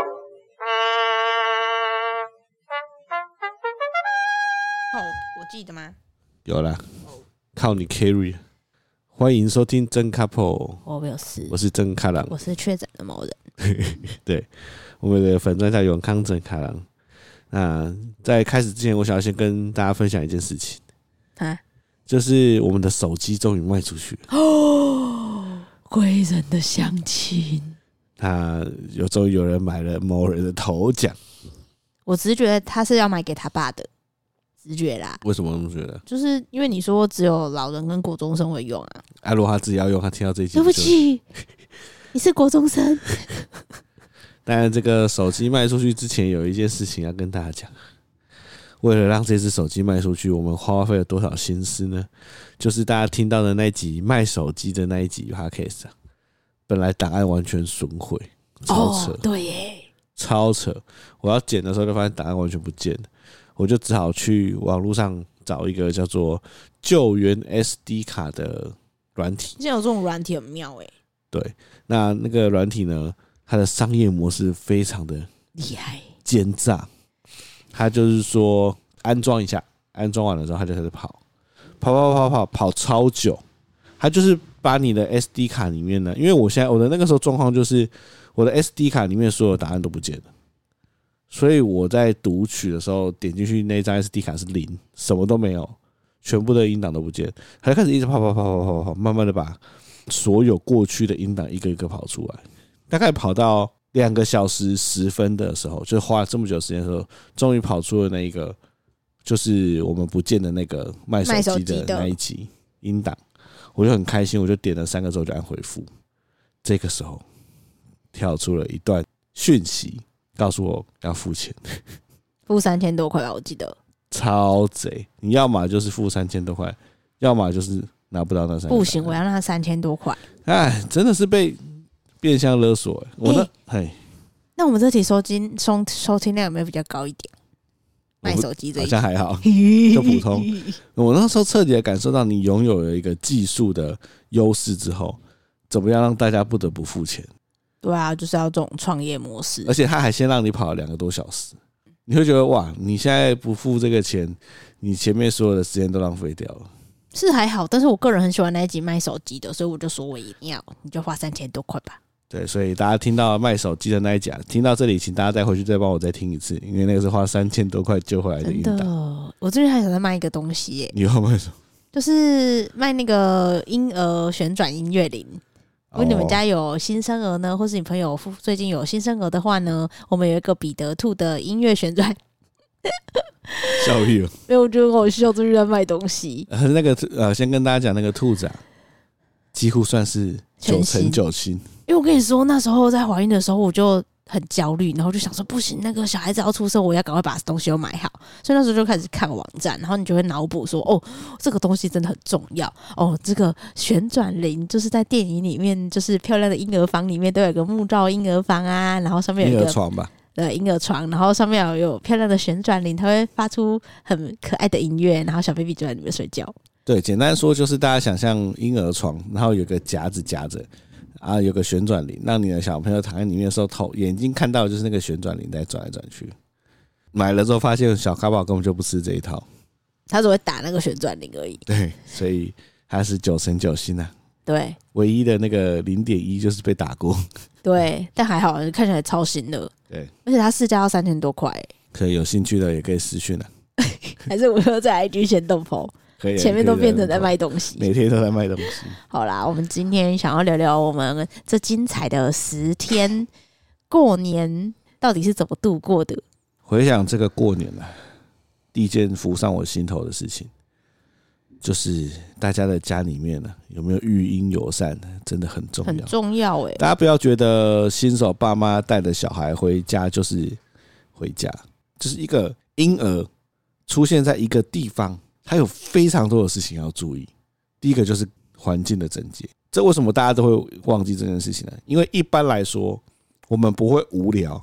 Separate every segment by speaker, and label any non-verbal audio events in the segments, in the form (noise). Speaker 1: 哦
Speaker 2: 我记得吗？
Speaker 3: 有啦，靠你 carry。欢迎收听真 couple，
Speaker 1: 哦我没有事，
Speaker 3: 我是真卡郎。
Speaker 1: 我是确诊的某人。
Speaker 3: 我们的粉钻叫永康真卡郎。那在开始之前，我想要先跟大家分享一件事情
Speaker 1: 啊，
Speaker 3: 就是我们的手机终于卖出去了，
Speaker 1: 哦，贵人的相亲，
Speaker 3: 那有终于有人买了某人的头奖。
Speaker 1: 我只是觉得他是要买给他爸的，直觉啦，
Speaker 3: 为什么这么觉得？
Speaker 1: 就是因为你说只有老人跟国中生会用啊。
Speaker 3: 艾罗他自己要用，他听到这一集，
Speaker 1: 对不。起，你是国中生，
Speaker 3: 当然，这个手机卖出去之前，有一件事情要跟大家讲。为了让这只手机卖出去，我们花费了多少心思呢？就是大家听到的那一集卖手机的那一集 podcast，、啊、本来档案完全损毁，超扯，
Speaker 1: 哦，对耶，
Speaker 3: 超扯！我要剪的时候就发现档案完全不见了，我就只好去网络上找一个叫做救援 SD 卡的软体。
Speaker 1: 现在有这种软体很妙哎，
Speaker 3: 那那个软体呢，它的商业模式非常的
Speaker 1: 厉害，
Speaker 3: 奸诈，他就是说安装一下，安装完了之后他就开始跑，跑跑跑跑跑超久，他就是把你的 SD 卡里面呢，因为我现在我的那个时候状况就是我的 SD 卡里面所有答案都不见了，所以我在读取的时候点进去那张 SD 卡是零，什么都没有，全部的音档都不见，他就开始一直跑跑跑跑跑跑，慢慢的把所有过去的音档一个一个跑出来。大概跑到两个小时十分的时候，就花了这么久时间的时候，终于跑出了那一个，就是我们不见的那个卖
Speaker 1: 卖
Speaker 3: 手
Speaker 1: 手
Speaker 3: 机的
Speaker 1: 机的
Speaker 3: 那一集音档，我就很开心，我就点了三个之后就按回复。这个时候跳出了一段讯息，告诉我要付钱，
Speaker 1: 付三千多块吧，我记得
Speaker 3: 超贼！你要么就是付三千多块，要么就是拿不到那三个
Speaker 1: 不行，
Speaker 3: 档
Speaker 1: 我要让他三千多块。
Speaker 3: 哎，真的是被变相勒索、欸我那嘿。
Speaker 1: 那我们这题收金收收听量有没有比较高一点？卖手机这
Speaker 3: 好
Speaker 1: 一
Speaker 3: 像还好，就普通。我那时候彻底的感受到你拥有了一个技术的优势之后，怎么样让大家不得不付钱？
Speaker 1: (laughs) 对啊，就是要这种创业模式
Speaker 3: 而。且他还先让你跑了两个多小时，你会觉得哇，你现在不付这个钱，你前面所有的时间都浪费掉了。
Speaker 1: 是还好，但是我个人很喜欢那一集卖手机的，所以我就说我一定要，你就花三千多块吧。
Speaker 3: 对，所以大家听到卖手机的那一讲，听到这里，请大家再回去再帮我再听一次，因为那个是花三千多块救回来的
Speaker 1: 真
Speaker 3: 音
Speaker 1: 的
Speaker 3: 档。，嗯
Speaker 1: 我最近还想再卖一个东西耶、
Speaker 3: 你要卖什么？
Speaker 1: 就是卖那个婴儿旋转音乐铃。哦如果你
Speaker 3: 哦
Speaker 1: 们家有新生儿呢，或是你朋友夫最近有新生儿的话呢，我们有一个彼得兔的音乐旋转， (laughs)
Speaker 3: 哦效益哦，
Speaker 1: 因为我觉得我需要最近在卖东西，
Speaker 3: 呃那个呃，先跟大家讲，那个兔子、啊、几乎算是
Speaker 1: 全
Speaker 3: 九成
Speaker 1: 新
Speaker 3: 九新。
Speaker 1: 因为我跟你说，那时候在怀孕的时候，我就很焦虑，然后就想说，不行，那个小孩子要出生，我要赶快把东西都买好。所以那时候就开始看网站，然后你就会脑补说，哦，这个东西真的很重要。哦，这个旋转铃就是在电影里面，就是漂亮的婴儿房里面都有一个木造婴儿房啊，然后上面
Speaker 3: 婴
Speaker 1: 有一
Speaker 3: 儿
Speaker 1: 个
Speaker 3: 床吧，
Speaker 1: 呃婴儿床，然后上面有有漂亮的旋转铃，它会发出很可爱的音乐，然后小 baby 就在里面睡觉。
Speaker 3: 对，简单说就是大家想象婴儿床，然后有个夹子夹着，啊，有个旋转铃，让你的小朋友躺在里面的时候，头眼睛看到的就是那个旋转铃在转来转去。买了之后发现小咖宝根本就不吃这一套，
Speaker 1: 它只会打那个旋转铃而已。
Speaker 3: (laughs) 对，所以它是九成九新啊，
Speaker 1: 对
Speaker 3: 唯一的那个零点一就是被打
Speaker 1: (laughs)
Speaker 3: 过，
Speaker 1: 对，但还好，看起来超新的。
Speaker 3: 对，
Speaker 1: 而且它市价要三千多
Speaker 3: (laughs)
Speaker 1: 块、欸
Speaker 3: 可以有兴趣的也可以私讯啊，
Speaker 1: 还是我又在 IG 先动头，
Speaker 3: 可以啊
Speaker 1: 前面都变成在，
Speaker 3: 可以
Speaker 1: 卖东西。
Speaker 3: 每天都在卖东西，
Speaker 1: 好啦，我们今天想要聊聊我们这精彩的十天过年到底是怎么度过的。
Speaker 3: 回想这个过年啊，第一件浮上我心头的事情，就是大家的家里面呢、啊有没有育婴友善，啊真的很重
Speaker 1: 很
Speaker 3: 要。
Speaker 1: 重要哎、
Speaker 3: 大家不要觉得新手爸妈带着小孩回家就是回家，就是一个婴儿出现在一个地方，他有非常多的事情要注意。第一个就是环境的整洁，这为什么大家都会忘记这件事情呢？因为一般来说，我们不会无聊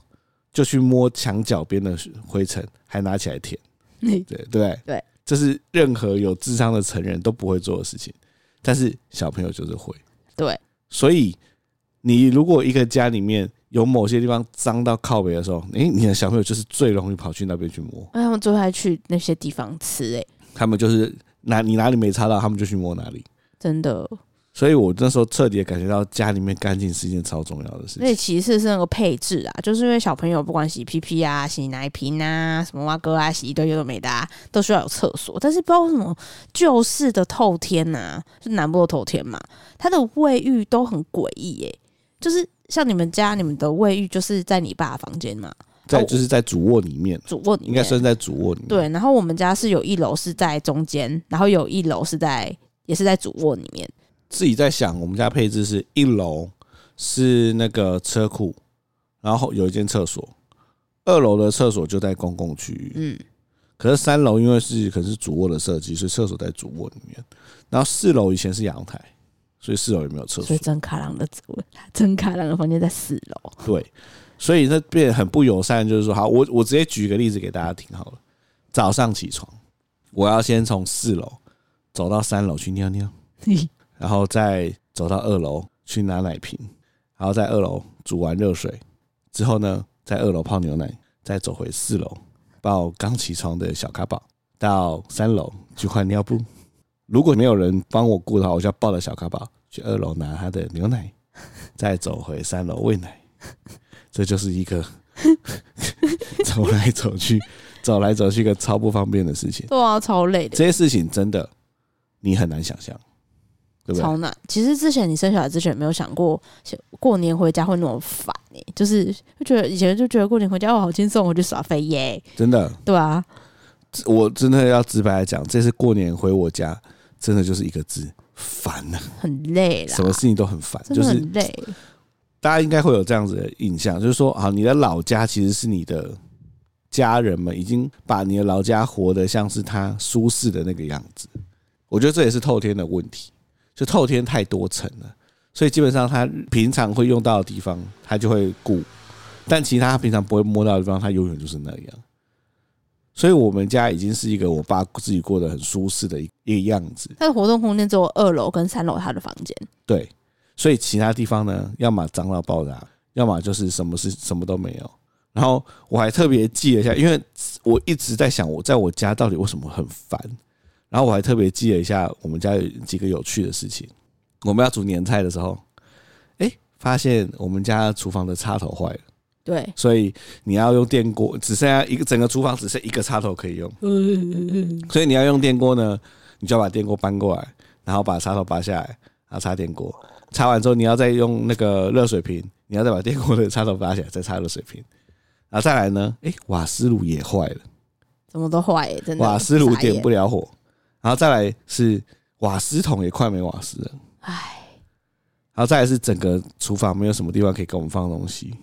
Speaker 3: 就去摸墙角边的灰尘，还拿起来舔，对对不对
Speaker 1: 对，
Speaker 3: 这是任何有智商的成人都不会做的事情，但是小朋友就是会。
Speaker 1: (laughs) 对，
Speaker 3: 所以你如果一个家里面有某些地方脏到靠北的时候，诶、你的小朋友就是最容易跑去那边去摸。
Speaker 1: 那他们最爱去那些地方吃哎、
Speaker 3: 他们就是哪你哪里没擦到，他们就去摸哪里。
Speaker 1: 真的。
Speaker 3: 所以我那时候彻底的感觉到家里面干净是一件超重要的事
Speaker 1: 而且
Speaker 3: 情。
Speaker 1: 其次是那个配置啊，就是因为小朋友不管洗屁屁啊、洗奶瓶啊、什么蛙哥啊、洗一堆有的没的、啊，都需要有厕所。但是不知道为什么旧式的透天呐、啊，就南部的透天嘛，它的卫浴都很诡异耶，就是像你们家你们的卫浴就是在你爸的房间嘛，
Speaker 3: 在就是在主卧里面，
Speaker 1: 主卧里
Speaker 3: 应该
Speaker 1: 面。
Speaker 3: 算在主卧里面。，
Speaker 1: 对，然后我们家是有一楼是在中间，然后有一楼是在也是在主卧里面。
Speaker 3: 自己在想，我们家配置是一楼是那个车库，然后有一间厕所，二楼的厕所就在公共区域。
Speaker 1: 嗯，
Speaker 3: 可是三楼因为是可能是主卧的设计，所以厕所在主卧里面。然后四楼以前是阳台，所以四楼也没有厕
Speaker 1: 所
Speaker 3: 所
Speaker 1: 以。真卡郎的真卡郎的房间在四楼。 (laughs)
Speaker 3: 对，所以那变得很不友善，就是说，好，我我直接举一个例子给大家听好了。早上起床，我要先从四楼走到三楼去尿尿，然后再走到二楼去拿奶瓶，然后在二楼煮完热水之后呢，在二楼泡牛奶，再走回四楼抱刚起床的小卡宝到三楼去换尿布。如果没有人帮我顾的话，我就要抱着小卡宝去二楼拿他的牛奶，再走回三楼喂奶。这就是一个 (laughs) 走来走去、走来走去一个超不方便的事情。
Speaker 1: 对啊，超累的，
Speaker 3: 这些事情真的你很难想象，对不对？
Speaker 1: 超难。其实之前你生小孩之前没有想过过年回家会那么烦诶、就是就觉得以前就觉得过年回家哦好轻松，我去耍飞耶，
Speaker 3: 真的，
Speaker 1: 对啊，
Speaker 3: 我真的要直白来讲，这次过年回我家，真的就是一个字烦呐、
Speaker 1: 很累啦
Speaker 3: 什，么事情都很烦，
Speaker 1: 真
Speaker 3: 就
Speaker 1: 的
Speaker 3: 是
Speaker 1: 很累。
Speaker 3: 大家应该会有这样子的印象，就是说，啊，你的老家其实是你的家人们已经把你的老家活得像是他舒适的那个样子。我觉得这也是透天的问题，就透天太多层了，所以基本上他平常会用到的地方，他就会顾，但其他他平常不会摸到的地方，他永远就是那样。所以我们家已经是一个我爸自己过得很舒适的一一个样子，
Speaker 1: 他的活动空间只有二楼跟三楼他的房间，
Speaker 3: 对，所以其他地方呢，要么脏到爆炸，要么就是什么事什么都没有。然后我还特别记了一下，因为我一直在想我在我家到底为什么很烦。然后我还特别记了一下我们家有几个有趣的事情。我们要煮年菜的时候，哎，发现我们家厨房的插头坏了， (laughs)
Speaker 1: 对，
Speaker 3: 所以你要用电锅，只剩下一个整个厨房只剩一个插头可以用。所以你要用电锅呢，你就要把电锅搬过来，然后把插头拔下来，然后插电锅。插完之后，你要再用那个热水瓶，你要再把电锅的插头拔起来，再插热水瓶。然后再来
Speaker 1: (laughs)
Speaker 3: 呢，诶，瓦斯炉也坏了，
Speaker 1: 怎么都坏、欸，真的
Speaker 3: 瓦斯炉点不
Speaker 1: 了，
Speaker 3: 了火。然后再来是瓦斯桶也快没瓦斯了，
Speaker 1: 唉，
Speaker 3: 然后再来是整个厨房没有什么地方可以给我们放东西。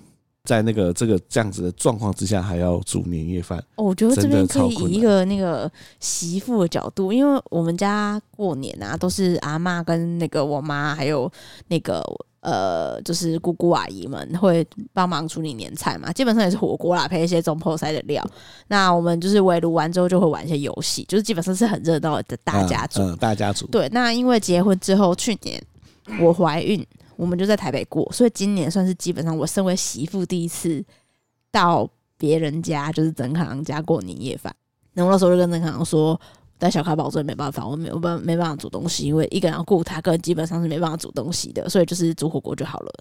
Speaker 3: 在那个这个这样子的状况之下，还要煮年夜饭，
Speaker 1: 哦，我觉得这
Speaker 3: 真的
Speaker 1: 边可
Speaker 3: 超
Speaker 1: 以
Speaker 3: 困
Speaker 1: 以一
Speaker 3: 难
Speaker 1: 个那个媳妇的角度，因为我们家过年啊，都是阿嬷跟那个我妈，还有那个呃，就是姑姑阿姨们会帮忙处理年菜嘛，基本上也是火锅啦，配一些中破塞的料。那我们就是围炉完之后，就会玩一些游戏，就是基本上是很热闹的大家族。
Speaker 3: 嗯嗯大家族，
Speaker 1: 对，那因为结婚之后，去年我怀孕，我们就在台北过，所以今年算是基本上我身为媳妇第一次到别人家，就是曾康康家过年夜饭。然后那时候就跟曾康康说，但小卡宝真的没办法，我没有办没办法煮东西，因为一个人要顾他，个人基本上是没办法煮东西的，所以就是煮火锅就好了，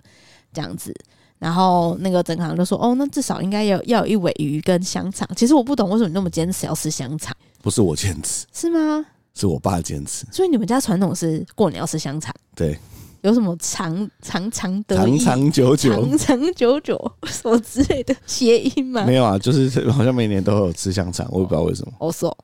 Speaker 1: 这样子。然后那个曾康康就说：“哦，那至少应该要要有一尾鱼跟香肠。”其实我不懂为什么你那么坚持要吃香肠，
Speaker 3: 不是我坚持，
Speaker 1: 是吗？
Speaker 3: 是我爸坚持。
Speaker 1: 所以你们家传统是过年要吃香肠，
Speaker 3: 对，
Speaker 1: 有什么长长长得
Speaker 3: 长
Speaker 1: 意、
Speaker 3: 长久久，
Speaker 1: 长长久久什么之类的谐音吗
Speaker 3: 没？有啊，就是好像每年都有吃香肠，我也不知道为什么，
Speaker 1: 哦，是哦，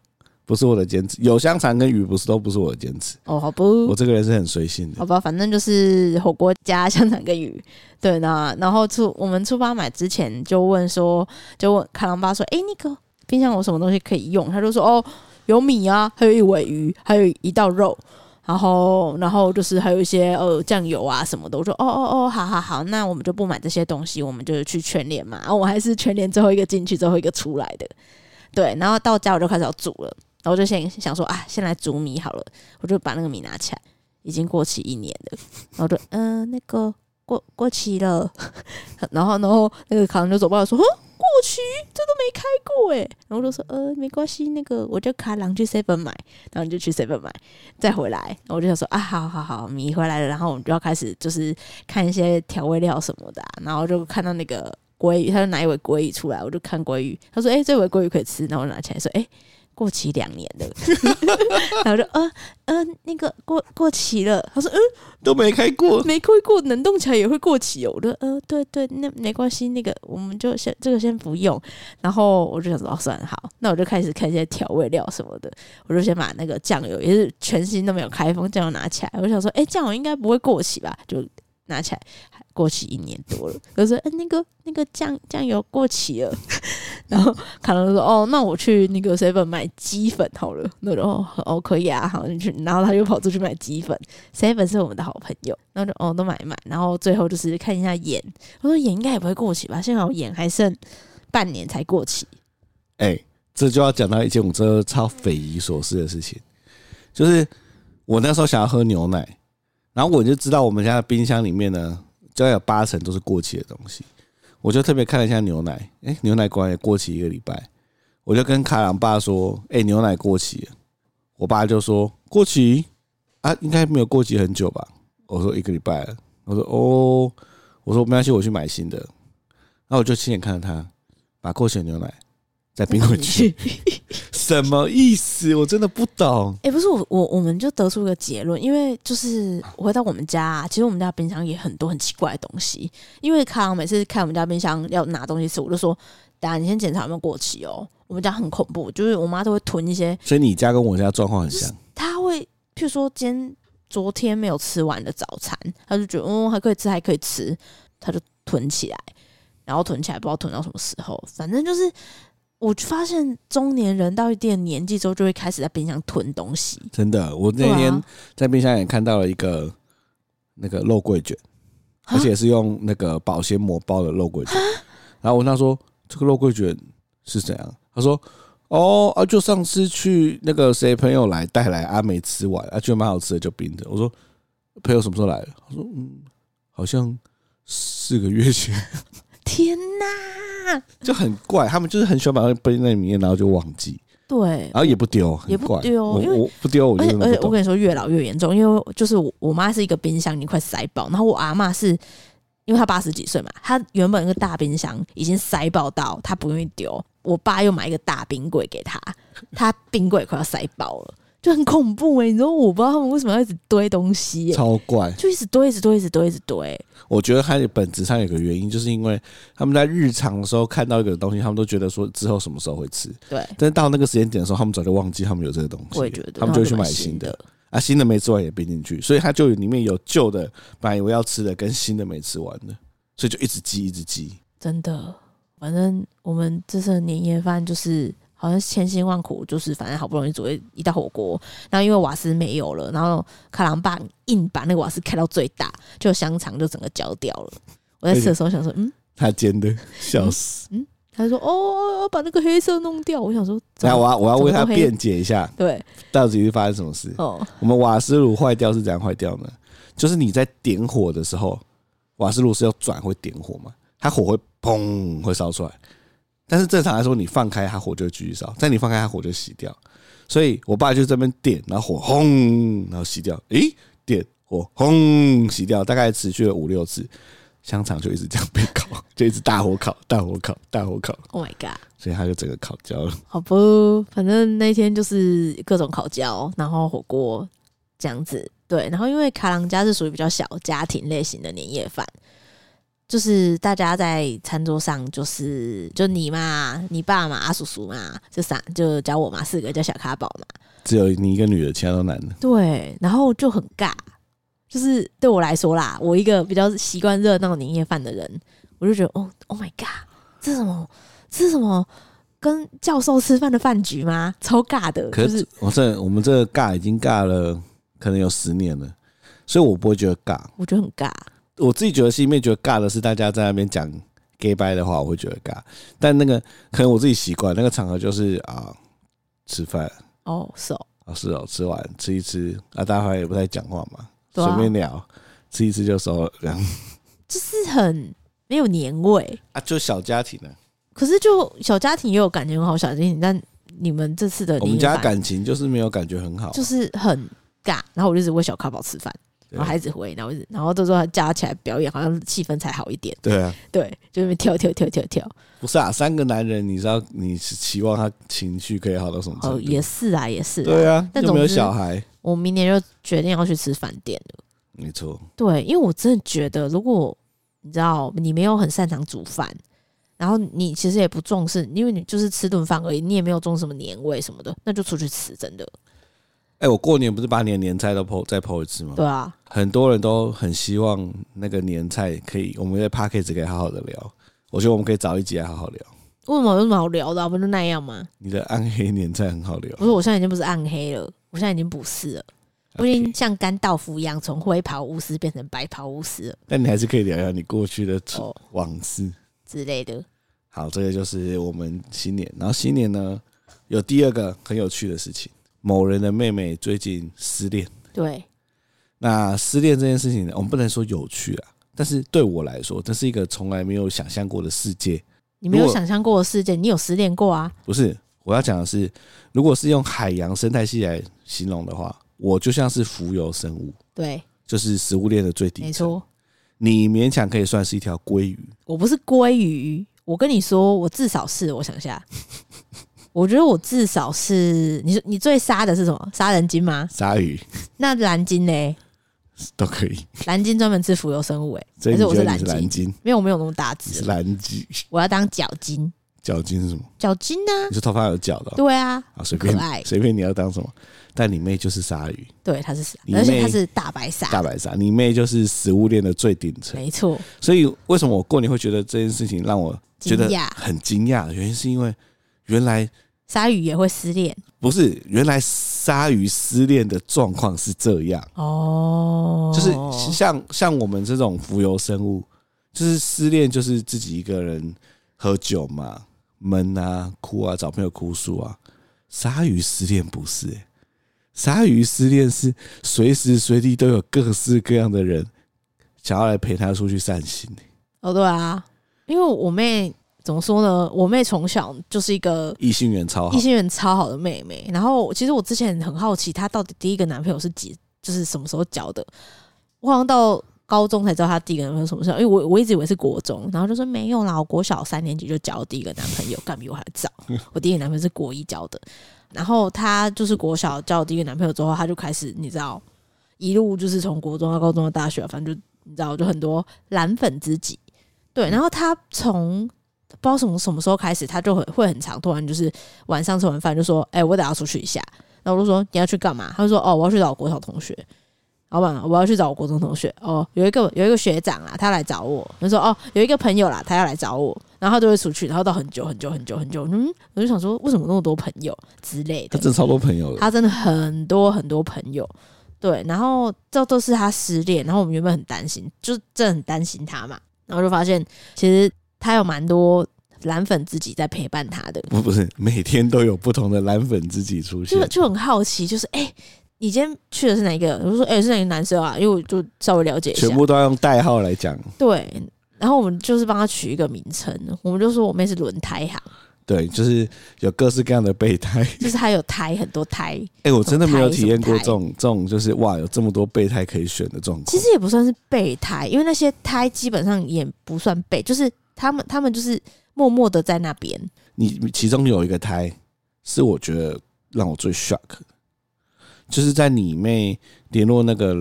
Speaker 3: 不是我的坚持。有香肠跟鱼不是都不是我的坚持，
Speaker 1: 哦，好
Speaker 3: 我
Speaker 1: 不，
Speaker 3: 这个人是很随性的
Speaker 1: 好。吧，反正就是火锅加香肠跟鱼。对那然后出我们出发买之前就问说，就问卡郎爸说，诶，那个冰箱有什么东西可以用？他就说，哦，有米啊，还有一尾鱼，还有一道肉。然后，然后就是还有一些呃酱油啊什么的，我说哦哦哦，好好好，那我们就不买这些东西，我们就是去全联嘛。然后我还是全联最后一个进去，最后一个出来的，对。然后到家我就开始要煮了，然后我就先想说啊，先来煮米好了，我就把那个米拿起来，已经过期一年了， (laughs) 然后就 (laughs) 嗯、那个过过期了，然后然后那个扛就走过来说，哼，过区，这都没开过哎、然后我就说呃没关系，那个我就卡狼去 seven 买，然后你就去 seven 买，再回来，然后我就想说啊好好好，米回来了，然后我们就要开始就是看一些调味料什么的啊、然后就看到那个鲑鱼，他就拿一尾鲑鱼出来，我就看鲑鱼，他说哎、这尾鲑鱼可以吃，然后我拿起来说哎。过期两年的， (laughs) 然后我就呃呃，那个过过期了。他说嗯，
Speaker 3: 都没开
Speaker 1: (laughs)
Speaker 3: 过，
Speaker 1: 没过过，冷冻起来也会过期哦。我说，呃，对对，那没关系，那个我们就先这个先不用。然后我就想说，哦，算了，好，那我就开始看一些调味料什么的。我就先把那个酱油也是全新都没有开封酱油拿起来，我就想说，哎、酱油应该不会过期吧？就拿起来，还过期一年多了。我就说，哎、那个那个酱酱油过期了。然后 (laughs) 卡伦说：“哦，那我去那个 seven 买鸡粉好了。”那我就哦哦可以啊，好你去。然后他就跑出去买鸡粉，seven 是我们的好朋友，然后就哦都买一买，然后最后就是看一下盐，我说盐应该也不会过期吧，幸好盐还剩半年才过期，
Speaker 3: 哎、这就要讲到一件我真的超匪夷所思的事情，就是我那时候想要喝牛奶，然后我就知道我们家的冰箱里面呢，大概有八成都是过期的东西，我就特别看了一下牛奶，哎、牛奶果然也过期一个礼拜，我就跟卡朗爸说，哎、牛奶过期了，我爸就说哎过期啊，应该没有过期很久吧？我说一个礼拜了，我说哦，我说没关系，我去买新的，然后我就亲眼看着他把过期的牛奶再冰回
Speaker 1: (laughs)
Speaker 3: 去。
Speaker 1: 去。
Speaker 3: 什么意思？我真的不懂。
Speaker 1: 哎、不是我我我们就得出一个结论，因为就是回到我们家、啊，其实我们家冰箱也很多很奇怪的东西。因为卡郎每次看我们家冰箱要拿东西吃，我就说：“等下你先检查有没有过期哦。”我们家很恐怖，就是我妈都会囤一些
Speaker 3: 所以你家跟我家状况很像，
Speaker 1: 他会，譬如说今天昨天没有吃完的早餐，他就觉得嗯还可以吃，还可以吃，他就囤起来，然后囤起来不知道囤到什么时候，反正就是。我发现中年人到一定的年纪之后，就会开始在冰箱囤东西。
Speaker 3: 真的。我
Speaker 1: 对
Speaker 3: 那
Speaker 1: 啊
Speaker 3: 天在冰箱也看到了一个那个肉桂卷，
Speaker 1: 啊
Speaker 3: 而且是用那个保鲜膜包的肉桂卷。然后我问他说：“这个肉桂卷是怎样？”他说：“哦啊，就上次去那个谁朋友来带来啊，没吃完啊，觉得蛮好吃的，就冰着。”我说：“朋友什么时候来的？”他说：“嗯，好像四个月前。”
Speaker 1: 天哪！
Speaker 3: 就很怪，他们就是很喜欢把它冰在里面，然后就忘记。
Speaker 1: 对，
Speaker 3: 然后也不丢，很
Speaker 1: 也不
Speaker 3: 怪
Speaker 1: 丢
Speaker 3: 我
Speaker 1: 因为
Speaker 3: 我不丢，我
Speaker 1: 而
Speaker 3: 就
Speaker 1: 且
Speaker 3: 真
Speaker 1: 而
Speaker 3: 的
Speaker 1: 且我
Speaker 3: 不懂。
Speaker 1: 跟你说，越老越严重，因为就是我我妈是一个冰箱已经快塞爆，然后我阿嬷是。因为她八十几岁嘛，她原本那个大冰箱已经塞爆到她不愿意丢，我爸又买一个大冰柜给她，她冰柜快要塞爆了，就很恐怖哎、你知道我不知道他们为什么要一直堆东西、耶
Speaker 3: 超怪，
Speaker 1: 就一直堆，一直堆，一直堆，一直堆。
Speaker 3: 我觉得它的本质上有个原因，就是因为他们在日常的时候看到一个东西，他们都觉得说之后什么时候会吃，
Speaker 1: 对，
Speaker 3: 但是到那个时间点的时候，他们早就忘记他们有这个东西了，
Speaker 1: 我也觉得
Speaker 3: 他们就会去
Speaker 1: 然后
Speaker 3: 买
Speaker 1: 买
Speaker 3: 新的
Speaker 1: 的。
Speaker 3: 啊，新的没吃完也冰进去，所以它就里面有旧的本来以为要吃的跟新的没吃完的，所以就一直积一直积。
Speaker 1: 真的，反正我们这次的年夜饭就是好像千辛万苦，就是反正好不容易煮了一道火锅，然后因为瓦斯没有了，然后卡郎爸硬把那个瓦斯开到最大，就香肠就整个焦掉了。我在吃的时候想说，嗯，
Speaker 3: 他煎的，哎笑死！
Speaker 1: 他就说哦，把那个黑色弄掉。我想说，怎
Speaker 3: 那
Speaker 1: 么
Speaker 3: 我要我要为他
Speaker 1: 怎么会
Speaker 3: 辩解一下，
Speaker 1: 对
Speaker 3: 到底是发生什么事？
Speaker 1: 哦，
Speaker 3: 我们瓦斯炉坏掉是怎样坏掉呢？就是你在点火的时候，瓦斯炉是要转会点火嘛，它火会砰会烧出来。但是正常来说，你放开它火就会继续烧，但你放开它火就熄掉。所以我爸就这边点，然后火轰，然后熄掉。诶，点火轰熄掉，大概持续了五六次，香肠就一直这样被烤，就一直大火烤，大火烤，大火烤，
Speaker 1: Oh my god！
Speaker 3: 所以它就整个烤焦了。
Speaker 1: 好不，反正那天就是各种烤焦，然后火锅这样子。对，然后因为卡郎家是属于比较小家庭类型的年夜饭，就是大家在餐桌上，就是就你嘛、你爸嘛、阿叔叔嘛，就三就加我嘛，四个加小卡宝嘛。
Speaker 3: 只有你一个女的，其他都男的。
Speaker 1: 对，然后就很尬，就是对我来说啦，我一个比较习惯热闹年夜饭的人，我就觉得哦，Oh my god，这是什么？这是什么？跟教授吃饭的饭局吗？超尬的，
Speaker 3: 可
Speaker 1: 就是是
Speaker 3: 我这我们这个尬已经尬了，可能有十年了，所以我不会觉得尬。
Speaker 1: 我觉得很尬。
Speaker 3: 我自己觉得心里面觉得尬的是大家在那边讲 gay 拜的话，我会觉得尬。但那个可能我自己习惯，那个场合就是啊，吃饭
Speaker 1: 哦，是哦，
Speaker 3: 啊，是哦，吃完吃一吃啊，大家好像也不太讲话嘛，
Speaker 1: 对
Speaker 3: 随、
Speaker 1: 啊
Speaker 3: 便聊，吃一吃就收了，这样
Speaker 1: 就是很没有年味。
Speaker 3: 啊，就小家庭呢、
Speaker 1: 可是就小家庭也有感情很好，小家庭，但你们这次的
Speaker 3: 我们
Speaker 1: 另一
Speaker 3: 家
Speaker 1: 半
Speaker 3: 感情就是没有感觉很好，啊
Speaker 1: 就是很尬，然后我就只喂小咖宝吃饭，然后孩子回，然后一直然后到时候还叫他起来表演，好像气氛才好一点。
Speaker 3: 对啊，
Speaker 1: 对，就在那边跳跳跳跳跳。
Speaker 3: 不是啊，三个男人，你知道你是期望他情绪可以好到什么程
Speaker 1: 哦，
Speaker 3: 度？
Speaker 1: 也是啊，也是、啊。
Speaker 3: 对啊，
Speaker 1: 但
Speaker 3: 又没有
Speaker 1: 总之
Speaker 3: 小孩，
Speaker 1: 我明年就决定要去吃饭店了。
Speaker 3: 没错，
Speaker 1: 对，因为我真的觉得，如果你知道你没有很擅长煮饭，然后你其实也不重视，因为你就是吃顿饭而已，你也没有重什么年味什么的，那就出去吃，真的。
Speaker 3: 哎、我过年不是把你的年菜都剖再剖一次吗？
Speaker 1: 对啊，
Speaker 3: 很多人都很希望那个年菜可以，我们在 p a c k a g e 可以好好的聊。我觉得我们可以找一集来好好聊。
Speaker 1: 为什么有什么好聊的、啊？不就那样吗？
Speaker 3: 你的暗黑年菜很好聊
Speaker 1: 不，是，我现在已经不是暗黑了，我现在已经不是了，我已
Speaker 3: OK，
Speaker 1: 经像甘道夫一样从灰袍巫师变成白袍巫师了
Speaker 3: (laughs) 但你还是可以聊聊你过去的初
Speaker 1: 哦
Speaker 3: 往事。
Speaker 1: 之类的。
Speaker 3: 好，这个就是我们新年。然后新年呢，有第二个很有趣的事情，某人的妹妹最近失恋。
Speaker 1: 对，
Speaker 3: 那失恋这件事情呢，我们不能说有趣啊，但是对我来说，这是一个从来没有想象过的世界。
Speaker 1: 你没有
Speaker 3: 如果
Speaker 1: 想象过的事件，你有失恋过啊？
Speaker 3: 不是，我要讲的是，如果是用海洋生态系来形容的话，我就像是浮游生物，
Speaker 1: 对，
Speaker 3: 就是食物链的最底
Speaker 1: 没
Speaker 3: 层。
Speaker 1: 错。
Speaker 3: 你勉强可以算是一条鲑鱼，
Speaker 1: 我不是鲑鱼，我跟你说，我至少是，我想一下，我觉得我至少是，你说你最杀的是什么？杀人鲸吗？
Speaker 3: 鲨鱼 (laughs)
Speaker 1: 那蓝鲸呢？
Speaker 3: 都可
Speaker 1: (laughs)
Speaker 3: 以。
Speaker 1: 蓝鲸专门吃浮游生物、欸，
Speaker 3: 所以
Speaker 1: 还
Speaker 3: 你
Speaker 1: 是我
Speaker 3: 觉得
Speaker 1: 蓝
Speaker 3: 你是蓝
Speaker 1: 鲸？
Speaker 3: 鲸？
Speaker 1: 没有，我没有那么大
Speaker 3: 你是
Speaker 1: 只，
Speaker 3: 蓝鲸？
Speaker 1: 我要当角鲸，
Speaker 3: 角鲸是什么？
Speaker 1: 角鲸呢、
Speaker 3: 你是头发有角的哦、
Speaker 1: 对啊，
Speaker 3: 啊，随
Speaker 1: 可爱
Speaker 3: 便随便你要当什么，但你妹就是鲨鱼，
Speaker 1: 对，它是，
Speaker 3: 你妹
Speaker 1: 而且它是大白鲨，
Speaker 3: 大白鲨，你妹就是食物链的最顶层。
Speaker 1: 没错，
Speaker 3: 所以为什么我过年会觉得这件事情让我觉得
Speaker 1: 惊讶
Speaker 3: 很惊讶？原因是因为原来
Speaker 1: 鲨鱼也会失恋
Speaker 3: 不是原来鲨鱼失恋的状况是这样，
Speaker 1: 哦，
Speaker 3: 就是像像我们这种浮游生物，就是失恋就是自己一个人喝酒嘛，闷啊、哭啊、找朋友哭诉啊。鲨鱼失恋不是、欸，鲨鱼失恋是随时随地都有各式各样的人想要来陪他出去散心、欸
Speaker 1: 哦，对啊，因为我妹怎么说呢？我妹从小就是一个
Speaker 3: 异性缘超好
Speaker 1: 异，性缘超好的妹妹。然后其实我之前很好奇，她到底第一个男朋友是几，就是什么时候交的？我好像到高中才知道她第一个男朋友什么时候，因为我我一直以为是国中，然后就说没有啦，我国小三年级就交第一个男朋友，干比我还
Speaker 3: (laughs)
Speaker 1: 早。我第一个男朋友是国一交的，然后她就是国小交第一个男朋友之后，她就开始你知道，一路就是从国中到高中到大学，反正就你知道，就很多蓝粉知己。对，然后她从不知道从什么时候开始，她就很会很常突然就是晚上吃完饭就说：“哎、我等下要出去一下。”然后我就说：“你要去干嘛？”他就说：“哦，我要去找我国小同学。”老板，我要去找我国中同学。哦，有一个有一个学长啦，他来找我。他说：“哦，有一个朋友啦，他要来找我。”然后他就会出去，然后到很久很久很久很久，嗯，我就想说，为什么那么多朋友之类
Speaker 3: 他
Speaker 1: 的？
Speaker 3: 真的超多朋友的。
Speaker 1: 他真的很多很多朋友。对，然后这都是他失恋，然后我们原本很担心，就是真的很担心他嘛。然后就发现，其实他有蛮多蓝粉自己在陪伴他的。
Speaker 3: 不不是每天都有不同的蓝粉知己出现
Speaker 1: 就，就很好奇，就是哎、欸你今天去的是哪一个？我就说哎、欸是哪个男生啊？因为我就稍微了解一下
Speaker 3: 全，部都要用代号来讲。
Speaker 1: 对。然后我们就是帮他取一个名称，我们就说我妹是轮胎行，
Speaker 3: 对，就是有各式各样的备胎。 (laughs)
Speaker 1: 就是她有胎很多胎，
Speaker 3: 哎、我真的没有体验过
Speaker 1: 哦
Speaker 3: 这
Speaker 1: 什
Speaker 3: 种这种，就是哇，有这么多备胎可以选的状况。
Speaker 1: 其实也不算是备胎，因为那些胎基本上也不算备，就是他们他们就是默默的在那边。
Speaker 3: 你其中有一个胎是我觉得让我最 shock，的就是在你妹联络那个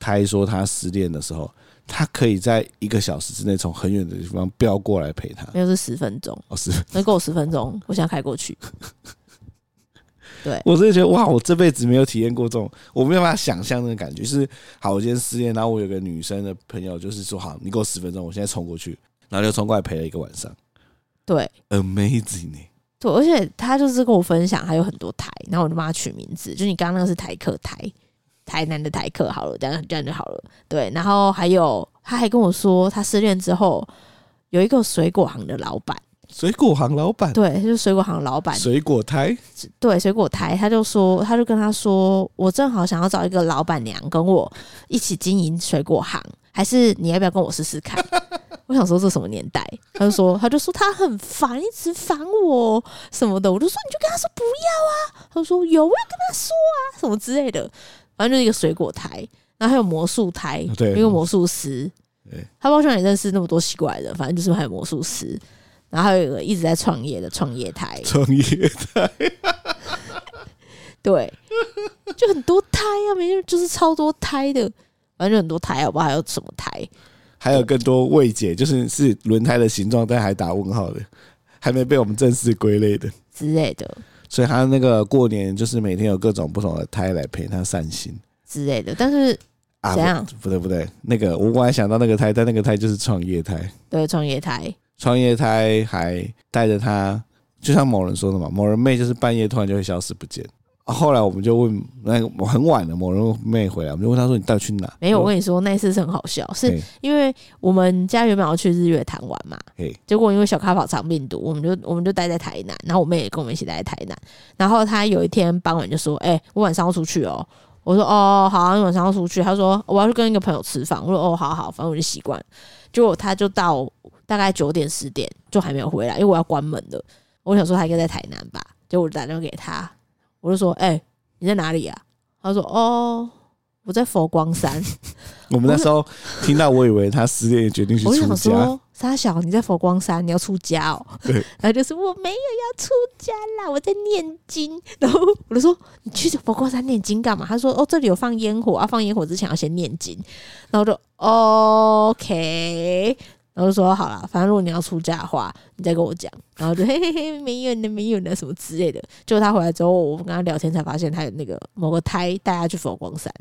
Speaker 3: 胎说她失恋的时候，她可以在一个小时之内从很远的地方飙过来陪她。
Speaker 1: 没有是十分 (laughs) 钟，
Speaker 3: 哦，是，
Speaker 1: 能够十分钟，我想开过去。
Speaker 3: 我真的觉得哇，我这辈子没有体验过这种，我没有办法想象那个感觉。就是好，我今天失恋，然后我有个女生的朋友，就是说好，你给我十分钟，我现在冲过去，然后就冲过来陪了一个晚上
Speaker 1: 对，
Speaker 3: ，amazing 欸呢、
Speaker 1: 对，而且他就是跟我分享，还有很多台，然后我就帮他取名字，就你刚刚那个是台客台，台南的台客好了，这样这样就好了。对，然后还有他还跟我说，他失恋之后有一个水果行的老板，
Speaker 3: 水果行老板，
Speaker 1: 对，就是水果行的老板，
Speaker 3: 水果胎，
Speaker 1: 对水果台，他就说，他就跟他说，我正好想要找一个老板娘跟我一起经营水果行，还是你要不要跟我试试看？ (laughs) 我想说这什么年代？他就说，他就说他很烦，一直烦我什么的。我就说你就跟他说不要啊。他就说有，我要跟他说啊，什么之类的。反正就是一个水果台，然后还有魔术台，
Speaker 3: 哦对
Speaker 1: 一个魔术师
Speaker 3: 对。
Speaker 1: 他包厢也认识那么多奇怪的人，反正就是还有魔术师，然后还有一个一直在创业的创业台，
Speaker 3: 创业
Speaker 1: 对，就很多胎啊，没事就是超多胎的，反正就很多胎，好不好？还有什么胎？
Speaker 3: 还有更多未解，就是是轮胎的形状，但还打问号的，还没被我们正式归类的。
Speaker 1: 之类的
Speaker 3: 所以他那个过年就是每天有各种不同的胎来陪他散心
Speaker 1: 之类的。但是
Speaker 3: 啊
Speaker 1: 怎样？
Speaker 3: 不不对不对，那个我本来想到那个胎，但那个胎就是创业胎，
Speaker 1: 对创业胎，
Speaker 3: 创业胎还带着他，就像某人说的嘛，某人妹就是半夜突然就会消失不见。啊后来我们就问那个很晚了，某人妹回来，我们就问她说你到底去哪？
Speaker 1: 没有。我跟你说，那一次是很好笑，是
Speaker 3: 嘿
Speaker 1: 因为我们家原本要去日月潭玩嘛，
Speaker 3: 嘿，
Speaker 1: 结果因为小咖宝肠病毒，我们就我们就待在台南，然后我妹也跟我们一起待在台南。然后她有一天傍晚就说：“哎、我晚上要出去哦。”我说：“哦，好、啊，你晚上要出去。”她说：“哦我要去跟一个朋友吃饭。”我说：“哦，好好，反正我就习惯。”结果她就到大概九点十点就还没有回来，因为我要关门了。我想说她应该在台南吧，结果我就打电话给她，我就说：“哎、你在哪里啊？”她说：“哦，我在佛光山。”
Speaker 3: 我们那时候听到，我以为他失恋，决定去
Speaker 1: 我就
Speaker 3: 出
Speaker 1: 想
Speaker 3: 家。
Speaker 1: 说，沙小，你在佛光山，你要出家哦。
Speaker 3: 对
Speaker 1: (laughs) 然后就是我没有要出家啦，我在念经。 (laughs) 然后我就说，你去佛光山念经干嘛？他说，哦，这里有放烟火啊，放烟火之前要先念经。然后我就哦 OK，然后就说好了，反正如果你要出家的话，你再跟我讲。然后就嘿嘿嘿，没有呢，没有呢，什么之类的。结果他回来之后，我们跟他聊天才发现，他有那个某个胎带他去佛光山。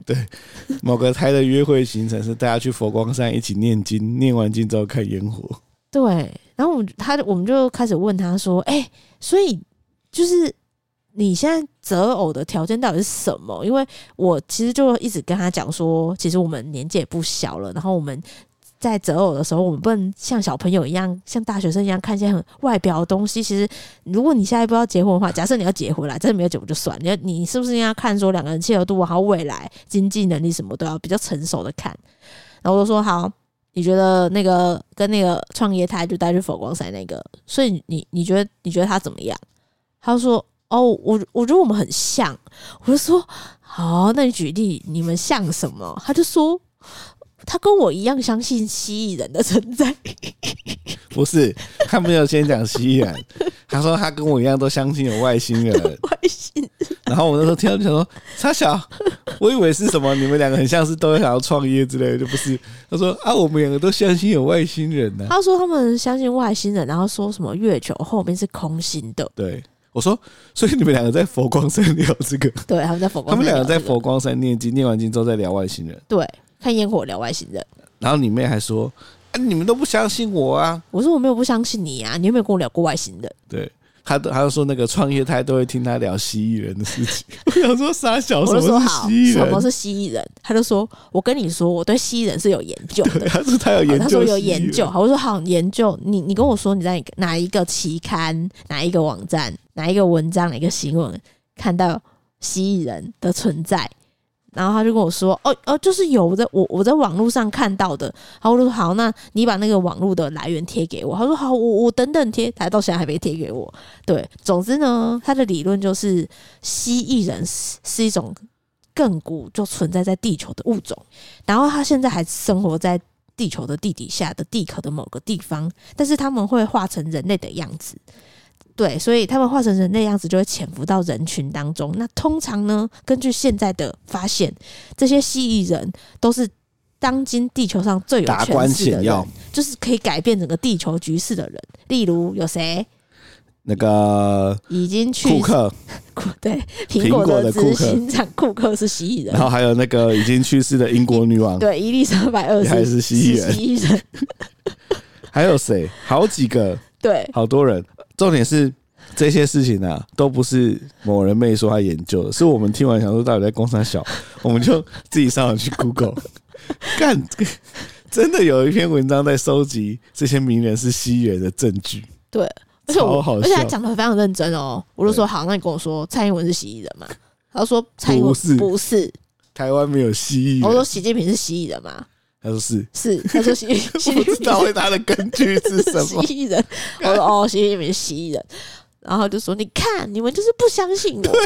Speaker 3: 某个胎的约会行程是大家去佛光山一起念经，念完经之后看烟火。
Speaker 1: 对，然后我们就他我们就开始问他说：“哎、所以就是你现在择偶的条件到底是什么？”因为我其实就一直跟他讲说，其实我们年纪也不小了，然后我们在择偶的时候，我们不能像小朋友一样，像大学生一样看一些很外表的东西。其实，如果你现在不要结婚的话，假设你要结婚啦，真的没有结婚就算，你要你是不是应该看说两个人契合度啊，还有未来、经济能力什么都要比较成熟的看。然后我就说好，你觉得那个跟那个创业台就带去佛光山那个，所以你你觉得你觉得他怎么样？他就说哦，我我觉得我们很像。我就说好、那你举例你们像什么？他就说他跟我一样相信蜥蜴人的存
Speaker 3: (laughs)
Speaker 1: 在。
Speaker 3: 不是，他没有先讲
Speaker 1: (laughs)
Speaker 3: 西蜴人，他说他跟我一样都相信有外星人。
Speaker 1: 外星
Speaker 3: 然后我那时候听到就想说，他小，我以为是什么，你们两个很像是都想要创业之类的，就不是。他说啊，我们两个都相信有外星人啊呢、
Speaker 1: 他说他们相信外星人，然后说什么月球后面是空心的。
Speaker 3: 对，我说，所以你们两个在佛光山聊这个，
Speaker 1: 对，他们在佛光
Speaker 3: 他
Speaker 1: 山
Speaker 3: 们两个在
Speaker 1: 聊这个
Speaker 3: 佛光山念经，念完经之后再聊外星人。
Speaker 1: 对看烟火聊外星人。
Speaker 3: 然后你妹还说：“啊，你们都不相信我啊
Speaker 1: 我说我没有不相信你啊，你有没有跟我聊过外星人？！”
Speaker 3: 对，她都她就说那个创业胎都会听她聊蜥蜴人的
Speaker 1: (laughs)
Speaker 3: 事情。我想说傻小，哦什
Speaker 1: 我就说
Speaker 3: 么是
Speaker 1: 好，
Speaker 3: 蜥蜴
Speaker 1: 什么
Speaker 3: 人？
Speaker 1: 是蜥蜴人？他就说，我跟你说，我对蜥蜴人是有研究的。
Speaker 3: (laughs) 他说啊他有
Speaker 1: 哦
Speaker 3: 研
Speaker 1: 他
Speaker 3: 究，
Speaker 1: 说有研究，。好，我说好研究。你你跟我说你在哪一个期刊、哪一个网站、哪一个文章、哪一个新闻看到蜥蜴人的存在？然后他就跟我说：“哦哦，就是有我在我我在网络上看到的。”然后我就说：“好，那你把那个网络的来源贴给我。”他说：“好，我我等等贴。”他到现在还没贴给我。对，总之呢，他的理论就是蜥蜴人是是一种亘古就存在在地球的物种，然后他现在还生活在地球的地底下的地壳的某个地方，但是他们会化成人类的样子。对，所以他们化成人类样子就会潜伏到人群当中。那通常呢，根据现在的发现，这些蜥蜴人都是当今地球上最有
Speaker 3: 达
Speaker 1: 权
Speaker 3: 官
Speaker 1: 势的
Speaker 3: 显要
Speaker 1: 人，，就是可以改变整个地球局势的人。例如有谁
Speaker 3: 那个
Speaker 1: 已经去
Speaker 3: 库克，
Speaker 1: 库对
Speaker 3: 苹
Speaker 1: 苹
Speaker 3: 果
Speaker 1: 果的
Speaker 3: 的库
Speaker 1: 执
Speaker 3: 克
Speaker 1: 行长库克是蜥蜴人
Speaker 3: (laughs) 然，后还有那个已经去世的英国女王，
Speaker 1: 对伊丽莎白二世
Speaker 3: 还是蜥蜴人
Speaker 1: 蜥蜴人，
Speaker 3: 还有谁？好几个，
Speaker 1: (laughs) 对
Speaker 3: 好多人。重点是这些事情啊，都不是某人妹说她研究的，是我们听完想说到底在工商
Speaker 1: (laughs)
Speaker 3: 小，我们就自己上网去 Google 干。 (laughs) 真的有一篇文章在收集这些名人是西人的证据，
Speaker 1: 对，而且
Speaker 3: 超
Speaker 1: 我
Speaker 3: 好
Speaker 1: 而且他
Speaker 3: 笑
Speaker 1: 讲的非常认真哦，我就说好，那你跟我说蔡英文是蜥蜴人嘛？他说蔡英文
Speaker 3: 不是
Speaker 1: 不是，
Speaker 3: 台湾没有蜥蜴
Speaker 1: 我说
Speaker 3: 人，
Speaker 1: 习近平是蜥蜴人嘛？
Speaker 3: 他说是，
Speaker 1: 是他说
Speaker 3: (laughs)
Speaker 1: 蜥蜥
Speaker 3: 不知
Speaker 1: 蜴
Speaker 3: 道他的根据是
Speaker 1: (laughs)
Speaker 3: 什
Speaker 1: 蜥
Speaker 3: 么。
Speaker 1: 蜴人，我说哦，蜥蜴人，蜥蜴人，然后就说你看，你们就是不相信我，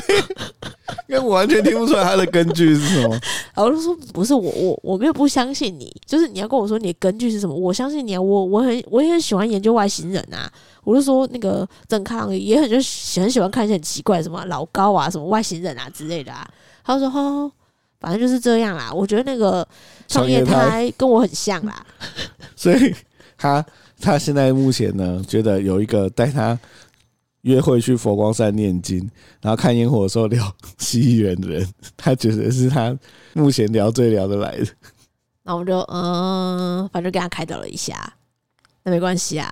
Speaker 3: 因为我完全听不出来他的根据
Speaker 1: (laughs)
Speaker 3: 是什么。
Speaker 1: 然后就说不是我，我我没有不相信你，就是你要跟我说你的根据是什么，我相信你啊，我我很我也很喜欢研究外星人啊，我就说那个郑开朗也很就很喜欢看一些很奇怪的什么老高啊，什么外星人啊之类的啊，他就说哦，反正就是这样啦，我觉得那个创业
Speaker 3: 创业
Speaker 1: 他跟我很像啦，
Speaker 3: 所以他他现在目前呢，觉得有一个带他约会去佛光山念经，然后看烟火的时候聊蜥蜴人的人， (laughs) 他觉得是他目前聊最聊得来的。
Speaker 1: 然后我们就嗯，反正跟他开导了一下，那没关系啊，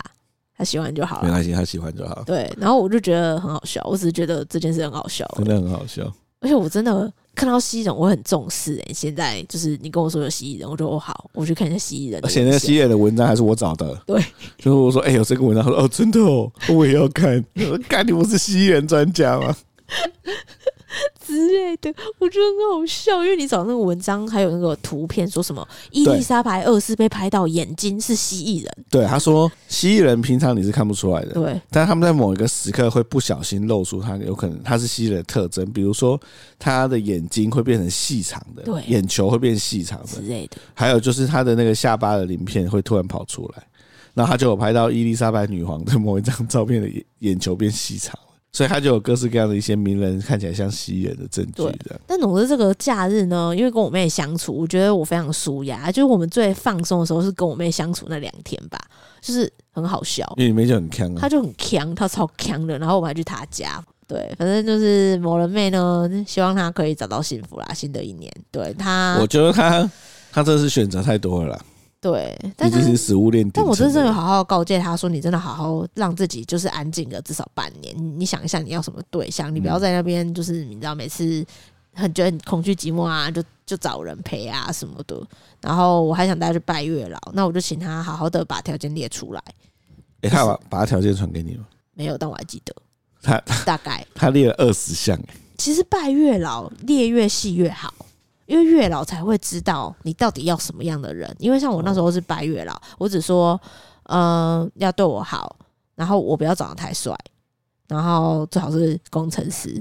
Speaker 1: 他喜欢就好
Speaker 3: 没
Speaker 1: 了。
Speaker 3: 关系，他喜欢就好，
Speaker 1: 对，然后我就觉得很好笑，我只是觉得这件事很好笑而已，
Speaker 3: 真的很好笑。
Speaker 1: 而且我真的看到蜥蜴人，我很重视诶、现在就是你跟我说有蜥蜴人，我就哦好，我去看一下蜥蜴人的
Speaker 3: 而
Speaker 1: 文
Speaker 3: 且
Speaker 1: 献。
Speaker 3: 那个蜥蜴人的文章还是我找的，
Speaker 1: 对，
Speaker 3: 就是我说哎、有这个文章，他说哦真的哦，我也要看。 (laughs) 我说看你不是蜥蜴人专家吗？
Speaker 1: 之类的，我觉得很好笑，因为你找那个文章还有那个图片，说什么伊丽莎白二世被拍到眼睛是蜥蜴人，
Speaker 3: 对，他说蜥蜴人平常你是看不出来的，
Speaker 1: 对
Speaker 3: 但他们在某一个时刻会不小心露出它，有可能它是蜥蜴人的特征，比如说它的眼睛会变成细长的，
Speaker 1: 对
Speaker 3: 眼球会变细长
Speaker 1: 之
Speaker 3: 的，
Speaker 1: 类的，
Speaker 3: 还有就是它的那个下巴的鳞片会突然跑出来，然后他就有拍到伊丽莎白女皇的某一张照片的眼眼球变细长了，所以他就有各式各样的一些名人看起来像蜥蜴人的证据
Speaker 1: 对
Speaker 3: 这样。
Speaker 1: 但总之，这个假日呢，因为跟我妹相处，我觉得我非常舒压。就是我们最放松的时候是跟我妹相处那两天吧，就是很好笑。
Speaker 3: 因为里面就很看啊
Speaker 1: 她，就很强，她超强的，然后我们还去她家。对，反正就是某人妹呢，希望她可以找到幸福啦。新的一年，对她
Speaker 3: 嗯我，觉得他他真的是选择太多了啦，
Speaker 1: 对，但
Speaker 3: 毕
Speaker 1: 她
Speaker 3: 竟，是食物链顶层
Speaker 1: 但
Speaker 3: 的人。
Speaker 1: 我真正有好好告诫她说，你真的好好让自己就是安静个至少半年。你你想一下你要什么对象，你不要在那边就是你知道每次很觉得很恐惧寂寞啊，就就找人陪啊什么的。然后我还想带她去拜月老，那我就请她好好的把条件列出来。
Speaker 3: 诶，他把把他条件传给你吗？
Speaker 1: 没有，但我还记得
Speaker 3: 他
Speaker 1: 大概。
Speaker 3: 他列了二十项，
Speaker 1: 其实拜月老列越细越好，因为月老才会知道你到底要什么样的人。因为像我那时候是拜月老，我只说，呃，要对我好，然后我不要长得太帅，然后最好是工程师。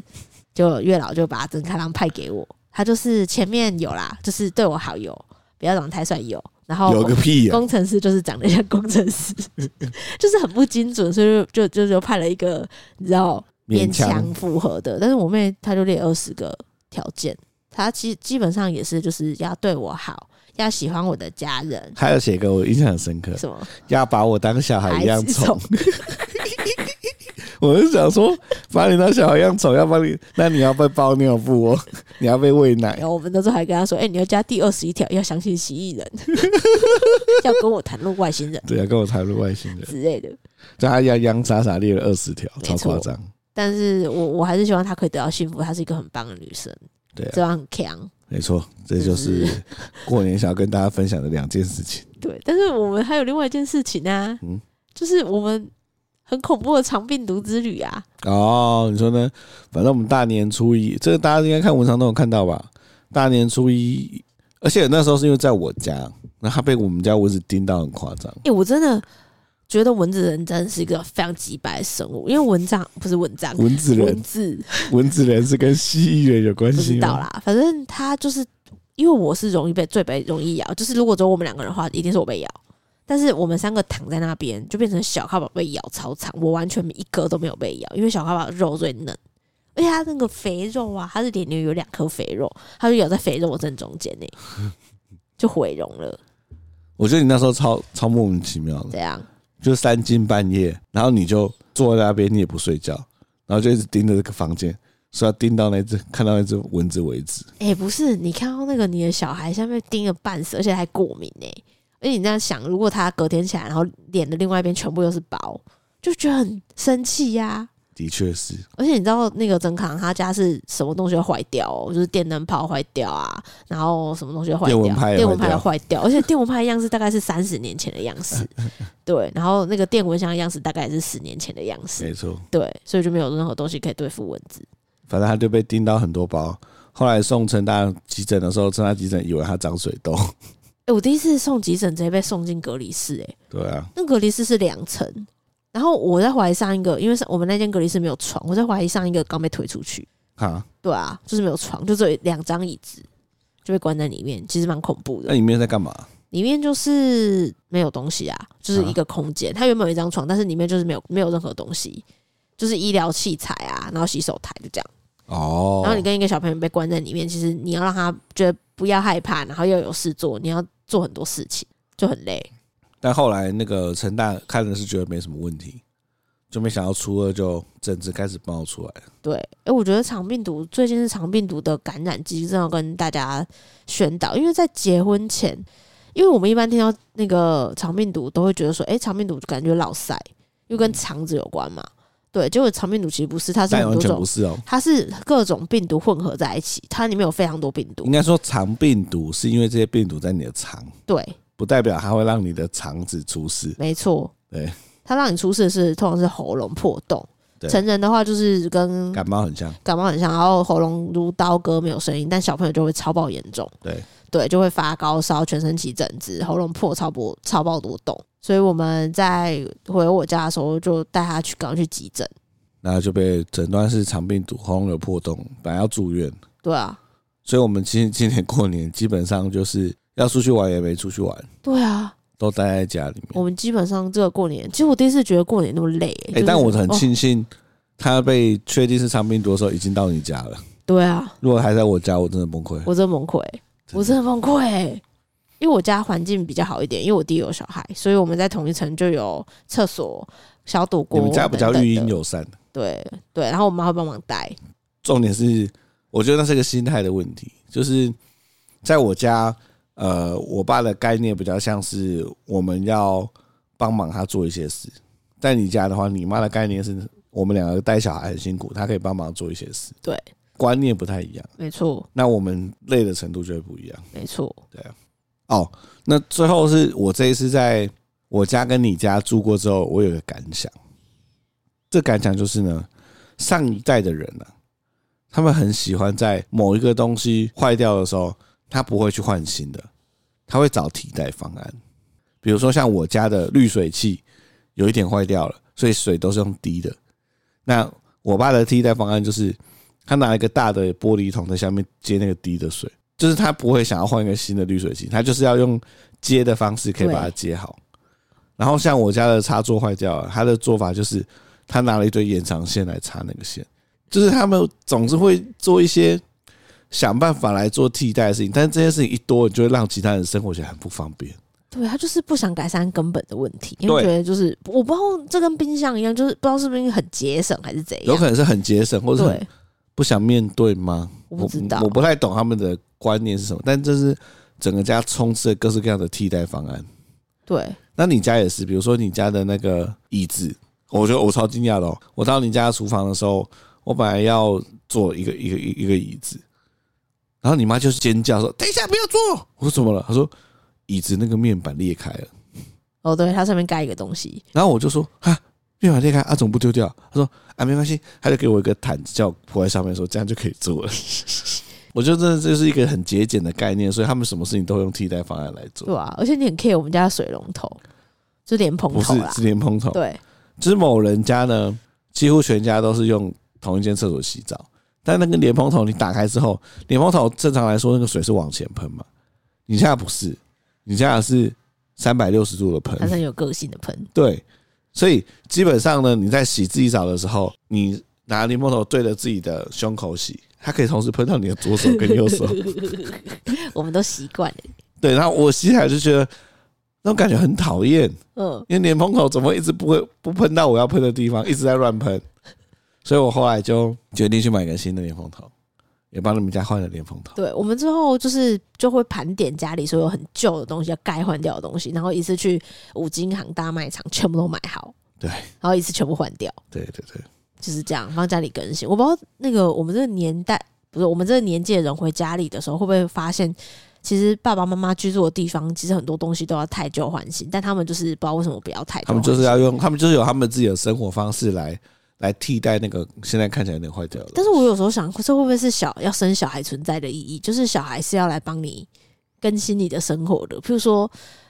Speaker 1: 就月老就把郑开朗派给我，他就是前面有啦，就是对我好有，不要长得太帅有，然后
Speaker 3: 有个屁啊呀、
Speaker 1: 工程师就是长得像工程师， (laughs) 就是很不精准，所以就就就就派了一个你知道
Speaker 3: 勉
Speaker 1: 勉
Speaker 3: 强
Speaker 1: 强符合的。但是我妹她就列二十个条件，她基基本上也是就是要对我好，要喜欢我的家人，
Speaker 3: 还有写个我印象很深刻，
Speaker 1: 什么
Speaker 3: 要把我当小孩一样
Speaker 1: 子
Speaker 3: 宠。我是想说，把你当小孩一样宠，要把你，那你要被包尿布
Speaker 1: (laughs)
Speaker 3: 哦，你要被喂奶
Speaker 1: 然，后我们那时候还跟她说：“哎、你要加第二十一条，要相信蜥蜴
Speaker 3: (laughs)
Speaker 1: 人，要跟我谈论外星人
Speaker 3: 对，啊要跟我谈论外星人。
Speaker 1: 之类的。
Speaker 3: 对，啊他洋洋洒洒列了二十条，超
Speaker 1: 没错
Speaker 3: 夸张。”
Speaker 1: 但是我我还是希望她可以得到幸福，她是一个很棒的女生，
Speaker 3: 对啊
Speaker 1: 这样很强。
Speaker 3: 没错，这就是
Speaker 1: 是
Speaker 3: 过年想要跟大家分享的两件事情。
Speaker 1: 对，但是我们还有另外一件事情啊，
Speaker 3: 嗯
Speaker 1: 就是我们很恐怖的长病毒之旅啊，
Speaker 3: 哦，你说呢？反正我们大年初一，这个大家应该看文章都有看到吧？大年初一，而且那时候是因为在我家，那他被我们家蚊子叮到很夸张。
Speaker 1: 哎、我真的觉得蚊子人真是一个非常鸡白的生物，因为蚊帐不是蚊帐，
Speaker 3: 蚊子人
Speaker 1: 蚊，子
Speaker 3: 蚊子人是跟蜥蜴人有关
Speaker 1: 不
Speaker 3: 系
Speaker 1: 知道
Speaker 3: 吗？
Speaker 1: 啦，反正它就是因为我是容易被最被容易咬，就是如果只有我们两个人的话，一定是我被咬。但是我们三个躺在那边，就变成小咖宝被咬超惨，我完全一个都没有被咬，因为小咖宝肉最嫩，而且它那个肥肉啊，它是脸里有两颗肥肉，它就咬在肥肉的正中间呢、欸就毁容了。
Speaker 3: 我觉得你那时候超超莫名其妙的，
Speaker 1: 这样，
Speaker 3: 就三更半夜，然后你就坐在那边，你也不睡觉，然后就一直盯着这个房间，说要盯到那只看到那只蚊子为止。
Speaker 1: 哎、不是，你看到那个你的小孩下面叮了半死，而且还过敏呢、而且你这样想，如果他隔天起来，然后脸的另外一边全部又是包，就觉得很生气呀、
Speaker 3: 的确是，
Speaker 1: 而且你知道那个曾康他家是什么东西会坏掉、哦，就是电灯泡坏掉啊，然后什么东西会坏
Speaker 3: 电蚊拍
Speaker 1: 掉，
Speaker 3: 也
Speaker 1: 电蚊
Speaker 3: 坏
Speaker 1: 拍
Speaker 3: 掉
Speaker 1: 也坏掉，而且电蚊拍的样式大概是三十年前的样
Speaker 3: (laughs)
Speaker 1: 式，对，然后那个电蚊香的样式大概也是十年前的样式，
Speaker 3: 没错。
Speaker 1: 对，所以就没有任何东西可以对付蚊子。
Speaker 3: 反正他就被叮到很多包。后来送陈大急诊的时候，陈大急诊以为他长水痘， (laughs)
Speaker 1: 哎、我第一次送急诊直接被送进隔离室、欸，哎，
Speaker 3: 对啊，
Speaker 1: 那隔离室是两层，然后我在怀疑上一个，因为是我们那间隔离室没有床，我在怀疑上一个刚被推出去，
Speaker 3: 哈，
Speaker 1: 对啊，就是没有床，就只有两张椅子，就被关在里面，其实蛮恐怖
Speaker 3: 那
Speaker 1: 的。
Speaker 3: 里面在干嘛？
Speaker 1: 里面就是没有东西啊，就是一个空间，它原本有一张床，但是里面就是没有没有任何东西，就是医疗器材啊，然后洗手台就这样。
Speaker 3: 哦，
Speaker 1: 然后你跟一个小朋友被关在里面，其实你要让他觉得不要害怕，然后又有事做，你要做很多事情，就很累。
Speaker 3: 但后来那个陈大看的是觉得没什么问题，就没想到初二就整治开始爆出来了。
Speaker 1: 对，哎、我觉得肠病毒最近是肠病毒的感染季，真的要跟大家宣导，因为在结婚前，因为我们一般听到那个肠病毒，都会觉得说，哎、肠病毒感觉老塞，又跟肠子有关嘛。对，结果肠病毒其实不是，它是
Speaker 3: 嗯但
Speaker 1: 很
Speaker 3: 完
Speaker 1: 多
Speaker 3: 全不
Speaker 1: 种，
Speaker 3: 是哦，
Speaker 1: 它是各种病毒混合在一起，它里面有非常多病毒
Speaker 3: 应。该说肠病毒是因为这些病毒在你的肠，
Speaker 1: 对，
Speaker 3: 不代表它会让你的肠子出事。
Speaker 1: 没错。
Speaker 3: 对，
Speaker 1: 它让你出事的是通常是喉咙破洞，
Speaker 3: 对
Speaker 1: 成人的话就是跟
Speaker 3: 感冒很像，
Speaker 1: 感冒很像，然后喉咙如刀割没有声音，但小朋友就会超爆严重。
Speaker 3: 对，
Speaker 1: 对，就会发高烧、全身起疹子、喉咙破、超波、超爆多动。所以我们在回我家的时候，就带他去赶快去急诊。
Speaker 3: 然后就被诊断是肠病毒，喉咙有破洞，本来要住院。
Speaker 1: 对啊，
Speaker 3: 所以我们今今年过年基本上就是要出去玩也没出去玩，
Speaker 1: 对啊，
Speaker 3: 都待在家里面。
Speaker 1: 我们基本上这个过年，其实我第一次觉得过年那么累、
Speaker 3: 哎、
Speaker 1: 就是
Speaker 3: 但我很
Speaker 1: 哦
Speaker 3: 庆幸他被确定是肠病毒的时候已经到你家了。
Speaker 1: 对啊，
Speaker 3: 如果还在我家，我真的崩溃。
Speaker 1: 我真的崩溃、我真的崩溃、因为我家环境比较好一点，因为我弟有小孩，所以我们在同一层就有厕所、小躲
Speaker 3: 你
Speaker 1: 锅。
Speaker 3: 们家比较
Speaker 1: 等等
Speaker 3: 育
Speaker 1: 的
Speaker 3: 婴友善，
Speaker 1: 对对，然后我妈会帮忙带。
Speaker 3: 重点是我觉得那是个心态的问题，就是在我家，呃，我爸的概念比较像是我们要帮忙他做一些事，在你家的话，你妈的概念是我们两个带小孩很辛苦，他可以帮忙做一些事，
Speaker 1: 对，
Speaker 3: 观念不太一样，
Speaker 1: 没错，
Speaker 3: 那我们累的程度就会不一样。
Speaker 1: 没错，
Speaker 3: 哦，那最后是我这一次在我家跟你家住过之后，我有个感想。这感想就是呢，上一代的人呢、啊，他们很喜欢在某一个东西坏掉的时候，他不会去换新的，他会找替代方案。比如说像我家的滤水器有一点坏掉了，所以水都是用滴的。那我爸的替代方案就是，他拿一个大的玻璃桶在下面接那个滴的水。就是他不会想要换一个新的滤水器，他就是要用接的方式可以把它接好。然后像我家的插座坏掉了，他的做法就是他拿了一堆延长线来插那个线，就是他们总是会做一些想办法来做替代的事情，但是这些事情一多，你就会让其他人生活起来很不方便。
Speaker 1: 对他就是不想改善根本的问题，因为
Speaker 3: 对
Speaker 1: 觉得就是我不知道这跟冰箱一样，就是不知道是不是很节省还是怎样，
Speaker 3: 有可能是很节省，或者很
Speaker 1: 对，
Speaker 3: 不想面对吗？
Speaker 1: 我不知道
Speaker 3: 我，不太懂他们的观念是什么，但这是整个家充斥了各式各样的替代方案。
Speaker 1: 对
Speaker 3: 那你家也是，比如说你家的那个椅子，我觉得我超惊讶的、哦。我到你家厨房的时候，我本来要做一个一个一个一个椅子，然后你妈就是尖叫说：“等一下，不要做！”我说：“怎么了？”她说：“椅子那个面板裂开了。
Speaker 1: 哦，对，它上面盖一个东西，”
Speaker 3: 然后我就说：“哈，面板裂开，啊，怎么不丢掉？”她说：“啊，没关系。”她就给我一个毯子，叫我铺在上面，说：“这样就可以做了。” (laughs) 我觉得这这是一个很节俭的概念，所以他们什么事情都会用替代方案来做，
Speaker 1: 对啊，而且你很 care 我们家的水龙头，就连蓬
Speaker 3: 不
Speaker 1: 头
Speaker 3: 是
Speaker 1: 啦，
Speaker 3: 是连蓬头。
Speaker 1: 对，
Speaker 3: 就是某人家呢，几乎全家都是用同一间厕所洗澡，但那个莲蓬头你打开之后，莲蓬头正常来说那个水是往前喷嘛，你家不是，你家是三百六十度的
Speaker 1: 它是
Speaker 3: 喷，
Speaker 1: 很有个性的喷，
Speaker 3: 对，所以基本上呢，你在洗自己澡的时候，你拿莲蓬头对着自己的胸口洗，它可以同时喷到你的左手跟右 (laughs) 手，
Speaker 1: (laughs) 我们都习惯了，
Speaker 3: 对，然后我洗起来就觉得那种感觉很讨厌，
Speaker 1: 嗯，
Speaker 3: 因为莲蓬头怎么会一直不会不喷到我要喷的地方，一直在乱喷，所以我后来就决定去买个新的莲蓬头，也帮你们家换了莲蓬头。
Speaker 1: 对，我们之后就是就会盘点家里所有很旧的东西，要该换掉的东西，然后一次去五金行、大卖场全部都买好，
Speaker 3: (laughs) 对
Speaker 1: 然后一次全部换掉，
Speaker 3: 对对对，
Speaker 1: 就是这样帮家里更新。我不知道那个我们这个年代，不是我们这个年纪的人回家里的时候，会不会发现，其实爸爸妈妈居住的地方，其实很多东西都要太旧换新，但他们就是不知道为什么不要太旧
Speaker 3: 他
Speaker 1: 换
Speaker 3: 们
Speaker 1: 新，
Speaker 3: 就是要用，他们就是有他们自己的生活方式来来替代那个现在看起来有点坏掉的。
Speaker 1: 但是我有时候想，这会不会是小要生小孩存在的意义？就是小孩是要来帮你更新你的生活的。譬如说，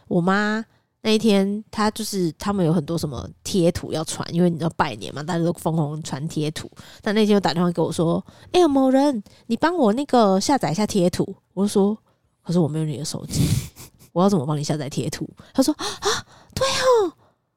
Speaker 1: 我妈那一天，她就是他们有很多什么贴图要传，因为你知道拜年嘛，大家都疯狂传贴图。但那天又打电话给我说：“哎、某人，你帮我那个下载一下贴图。”我就说：“可是我没有你的手机，我要怎么帮你下载贴图？”他说：“啊，对哦。”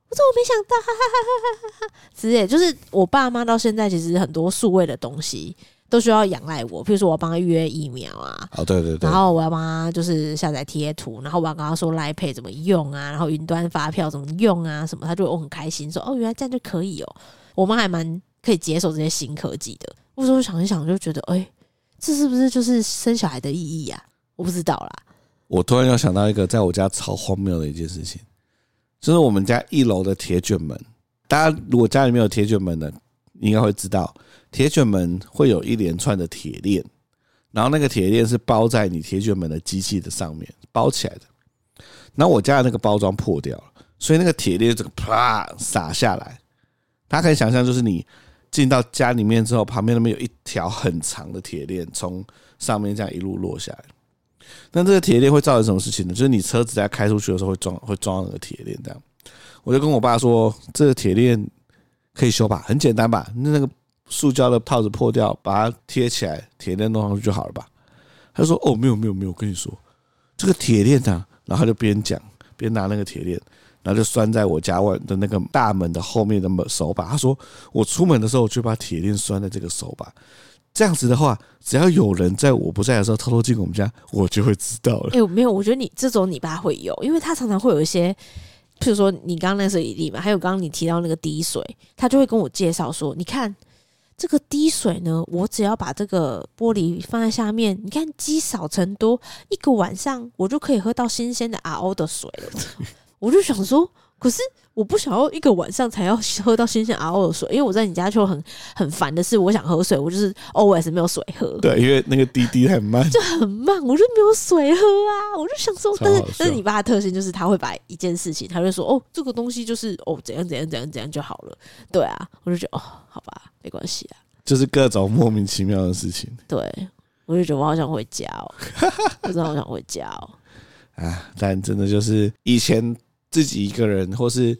Speaker 1: 我说我没想到，哈哈哈哈哈哈！之类，就是我爸妈到现在其实很多数位的东西都需要仰赖我，譬如说我要帮他预约疫苗啊，
Speaker 3: 哦，对对对
Speaker 1: 然，后我要帮他就是下载贴图，然后我要跟他说 Line Pay 怎么用啊，然后云端发票怎么用啊，什么，他就我很开心说哦，原来这样就可以哦。我妈还蛮可以接受这些新科技的。我说想一想就觉得，哎、这是不是就是生小孩的意义啊？我不知道啦。
Speaker 3: 我突然又想到一个在我家超荒谬的一件事情，就是我们家一楼的铁卷门，大家如果家里面有铁卷门的，应该会知道，铁卷门会有一连串的铁链，然后那个铁链是包在你铁卷门的机器的上面，包起来的。然后我家的那个包装破掉了，所以那个铁链这个啪洒下来，大家可以想象，就是你进到家里面之后，旁边那边有一条很长的铁链从上面这样一路落下来。那这个铁链会造成什么事情呢？就是你车子在开出去的时候会撞，会撞到那个铁链这样。我就跟我爸说，这个铁链可以修吧，很简单吧，那个塑胶的套子破掉，把它贴起来，铁链弄上去就好了吧。他说：“哦，没有没有没有，我跟你说，这个铁链呢、然后他就边讲边拿那个铁链，然后就拴在我家外的那个大门的后面的门手把。他说，我出门的时候就把铁链拴在这个手把，这样子的话，只要有人在我不在的时候偷偷进我们家，我就会知道了。
Speaker 1: 哎、我没有，我觉得你这种你爸会有，因为他常常会有一些，譬如说你刚刚那是一例嘛，还有刚刚你提到那个滴水，他就会跟我介绍说，你看这个滴水呢，我只要把这个玻璃放在下面，你看积少成多，一个晚上我就可以喝到新鲜的 RO 的水了。我就想说，可是我不想要一个晚上才要喝到新鲜 RO 的水，因为我在你家就很很烦的是，我想喝水，我就是 always 没有水喝。
Speaker 3: 对，因为那个滴滴太慢，
Speaker 1: 很慢，我就没有水喝啊，我就想说，
Speaker 3: 超好
Speaker 1: 但是
Speaker 3: 笑
Speaker 1: 但是你爸的特性就是他会把一件事情，他就说哦，这个东西就是哦怎样怎样怎样怎样就好了，对啊，我就觉得哦好吧，没关系啊，
Speaker 3: 就是各种莫名其妙的事情
Speaker 1: 对我就觉得我好想回家
Speaker 3: (laughs)
Speaker 1: 哦，我真的好想回家哦，
Speaker 3: 啊。但真的就是以前自己一个人，或是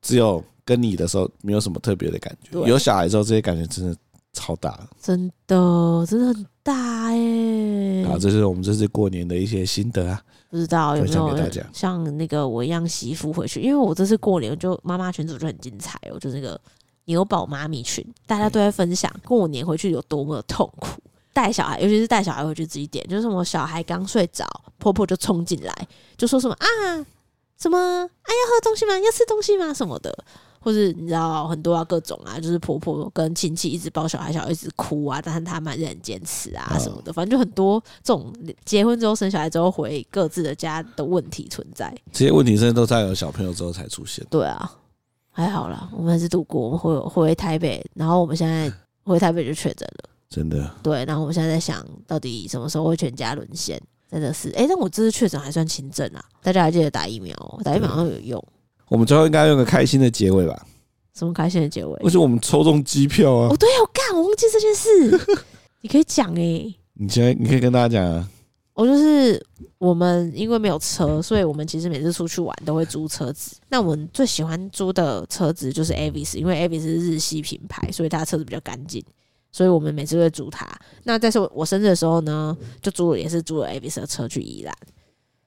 Speaker 3: 只有跟你的时候，没有什么特别的感觉。
Speaker 1: 对
Speaker 3: 有小孩之后，这些感觉真的超大的。
Speaker 1: 真的真的很大耶、
Speaker 3: 好，啊这是我们这次过年的一些心得啊。
Speaker 1: 不知道有没
Speaker 3: 分享
Speaker 1: 有
Speaker 3: 给大家
Speaker 1: 像那个我一样媳妇回去，因为我这次过年就妈妈群组就很精彩哦，就是那个牛宝妈咪群，大家都在分享过年回去有多么的痛苦。带小孩，尤其是带小孩回去这一点，就是我小孩刚睡着，婆婆就冲进来，就说什么啊，什么啊，要喝东西吗？要吃东西吗？什么的，或是你知道很多啊，各种啊，就是婆婆跟亲戚一直抱小孩，小孩一直哭啊，但是他们还是很坚持啊
Speaker 3: 嗯
Speaker 1: 什么的，反正就很多这种结婚之后生小孩之后回各自的家的问题存在。
Speaker 3: 这些问题真的都在有小朋友之后才出现。
Speaker 1: 对啊，还好啦，我们还是度过，我们回回台北，然后我们现在回台北就确诊了，
Speaker 3: 真的，
Speaker 1: 对，然后我们现在在想到底什么时候会全家沦陷。真的是，哎、但我这次确诊还算轻症啊，大家还记得打疫苗哦，打疫苗好像有用。
Speaker 3: 我们最后应该用个开心的结尾吧？
Speaker 1: 什么开心的结尾？
Speaker 3: 而且我们抽中机票啊
Speaker 1: 哦，！对，我干，我忘记这件事，你可以讲哎、
Speaker 3: 你现在你可以跟大家讲啊，
Speaker 1: 我就是我们因为没有车，所以我们其实每次出去玩都会租车子。那我们最喜欢租的车子就是 Avis，因为 Avis 是日系品牌，所以它车子比较干净，所以我们每次都会租它。那在是我生日的时候呢，就租了也是租了 Avis 的车去宜兰。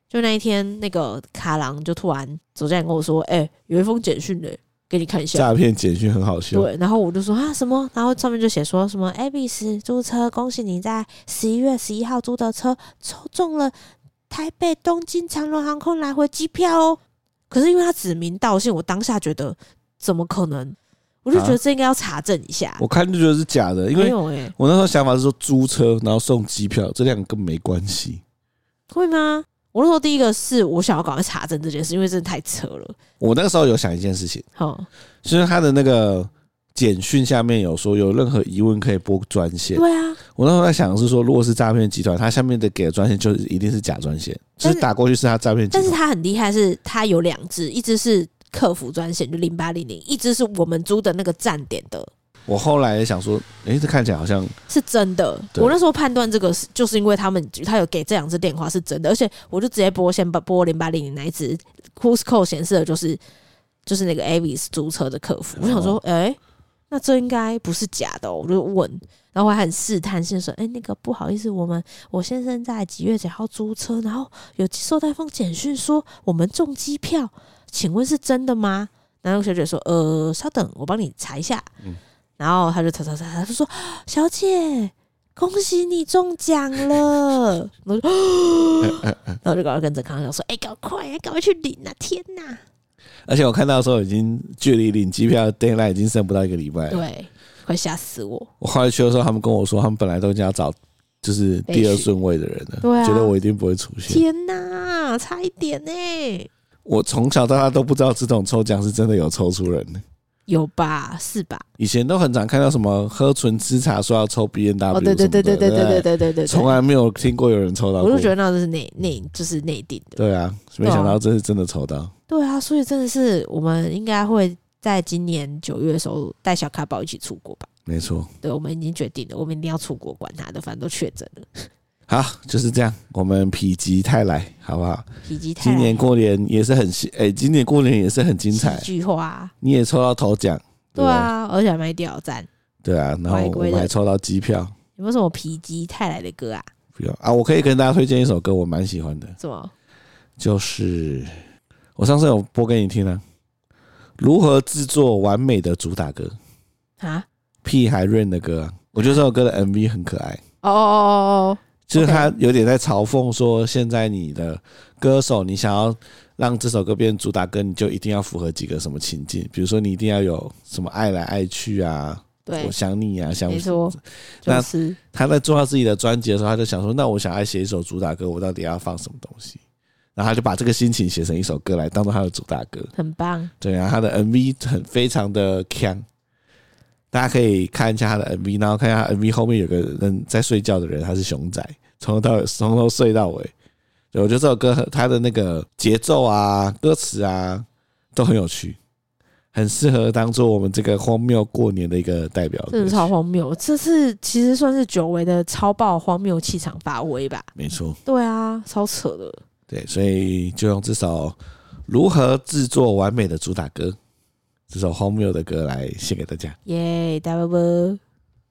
Speaker 1: 就那一天，那个卡郎就突然走进来跟我说：“哎、有一封简讯嘞、给你看一下。”
Speaker 3: 诈骗简讯很好笑。
Speaker 1: 啊对，然后我就说啊什么，然后上面就写说什么 Avis 租车，恭喜你在十一月十一号租的车抽中了台北东京长荣航空来回机票哦。可是因为他指名道姓，我当下觉得怎么可能？我就觉得
Speaker 3: 啊
Speaker 1: 这应该要查证一下。
Speaker 3: 我看就觉得是假的，因
Speaker 1: 没
Speaker 3: 为
Speaker 1: 有哎、
Speaker 3: 我那时候想法是说租车，然后送机票，这两个根本没关系。
Speaker 1: 会吗？我那时候第一个是我想要赶快查证这件事，因为真的太扯了。
Speaker 3: 我那个时候有想一件事情，
Speaker 1: 好，
Speaker 3: 就是他的那个简讯下面有说有任何疑问可以拨专线。
Speaker 1: 对啊，
Speaker 3: 我那时候在想的是说，如果是诈骗集团，他下面的给的专线就是一定是假专线，就
Speaker 1: 但是
Speaker 3: 是打过去是他诈骗集
Speaker 1: 但是
Speaker 3: 团。
Speaker 1: 他很厉害是，他有两只，一只是客服专线就零八零零，一只是我们租的那个站点的
Speaker 3: 我后来也想说，诶，这看起来好像
Speaker 1: 是真的。
Speaker 3: 对
Speaker 1: 我那时候判断这个是，就是因为他们他有给这两支电话是真的，而且我就直接拨先把拨零八零零那一支 Cusco 显示的就是就是那个 Avis 租车的客服。我想说，哎、那这应该不是假的、哦，我就问，然后我还很试探性地说，哎、那个不好意思，我们我先生在几月几号租车，然后有收到一封简讯说我们中机票，请问是真的吗？然后小姐说，呃，稍等，我帮你查一下。然后他就查查查，他就说：“小姐，恭喜你中奖
Speaker 3: (laughs)
Speaker 1: 了！”然后我就，
Speaker 3: 哎
Speaker 1: 然后我就赶快跟着康康说：“哎、赶快啊，赶快去领啊！天哪！”
Speaker 3: 而且我看到的时候，已经距离领机票的 d a y l i g h t 已经剩不到一个礼拜了。
Speaker 1: 对，快吓死我！
Speaker 3: 我后来去的时候，他们跟我说，他们本来都已经要找就是第二顺位的人了，
Speaker 1: 啊对啊
Speaker 3: 觉得我一定不会出现。
Speaker 1: 天哪，差一点呢、
Speaker 3: 我从小到大都不知道这种抽奖是真的有抽出人的，
Speaker 1: 有吧？是吧？
Speaker 3: 以前都很常看到什么喝纯吃茶说要抽 B N W，
Speaker 1: 哦，对对对对对对对对对对，
Speaker 3: 从来没有听过有人抽到
Speaker 1: 我
Speaker 3: 过
Speaker 1: 就。觉得那是内内就是内定的。
Speaker 3: 对啊，没想到这是真的抽到。
Speaker 1: 对啊，所以真的是我们应该会在今年九月的时候带小卡宝一起出国吧。
Speaker 3: 没错，
Speaker 1: 对，我们已经决定了，我们一定要出国，管他的，反正都确诊了，
Speaker 3: 好，就是这样，我们否极泰来，好不好？
Speaker 1: 否极泰
Speaker 3: 今
Speaker 1: 来。
Speaker 3: 年过年也是很幸，哎、今年过年也是很精彩
Speaker 1: 喜，剧化，
Speaker 3: 你也抽到头奖，
Speaker 1: 对
Speaker 3: 不，
Speaker 1: 啊，而且还卖掉，赞。
Speaker 3: 对啊，然后
Speaker 1: 乖
Speaker 3: 我
Speaker 1: 乖的
Speaker 3: 们还抽到机票，
Speaker 1: 有没有什么皮基泰来的歌啊？
Speaker 3: 不用啊，我可以跟大家推荐一首歌，我蛮喜欢的，
Speaker 1: 什么？
Speaker 3: 就是我上次有播给你听啊，如何制作完美的主打歌，
Speaker 1: 啊？
Speaker 3: 屁孩润的歌、啊，我觉得这首歌的 MV 很可爱。
Speaker 1: 哦哦哦哦
Speaker 3: 就是
Speaker 1: OK
Speaker 3: 他有点在嘲讽说，现在你的歌手，你想要让这首歌变主打歌，你就一定要符合几个什么情境，比如说你一定要有什么爱来爱去啊，
Speaker 1: 哦，对
Speaker 3: 我，想你啊，想
Speaker 1: 没错，
Speaker 3: 那
Speaker 1: 就是
Speaker 3: 他在做他自己的专辑的时候，他就想说，那我想要写一首主打歌，我到底要放什么东西？然后他就把这个心情写成一首歌来，当做他的主打歌。
Speaker 1: 很棒。
Speaker 3: 对啊，他的 MV 很非常的强，大家可以看一下他的 MV，然后看一下他 MV 后面有个人在睡觉的人，他是熊仔，从头到尾从头睡到尾。对，我觉得这首歌很它的那个节奏啊、歌词啊都很有趣，很适合当做我们这个荒谬过年的一个代表歌曲。
Speaker 1: 真的超荒谬！这次其实算是久违的超爆荒谬气场发威吧？
Speaker 3: 没错，
Speaker 1: 对啊，超扯的。
Speaker 3: 对，所以就用这首《如何制作完美的主打歌》这首荒谬的歌来献给大家。
Speaker 1: 耶，大波波，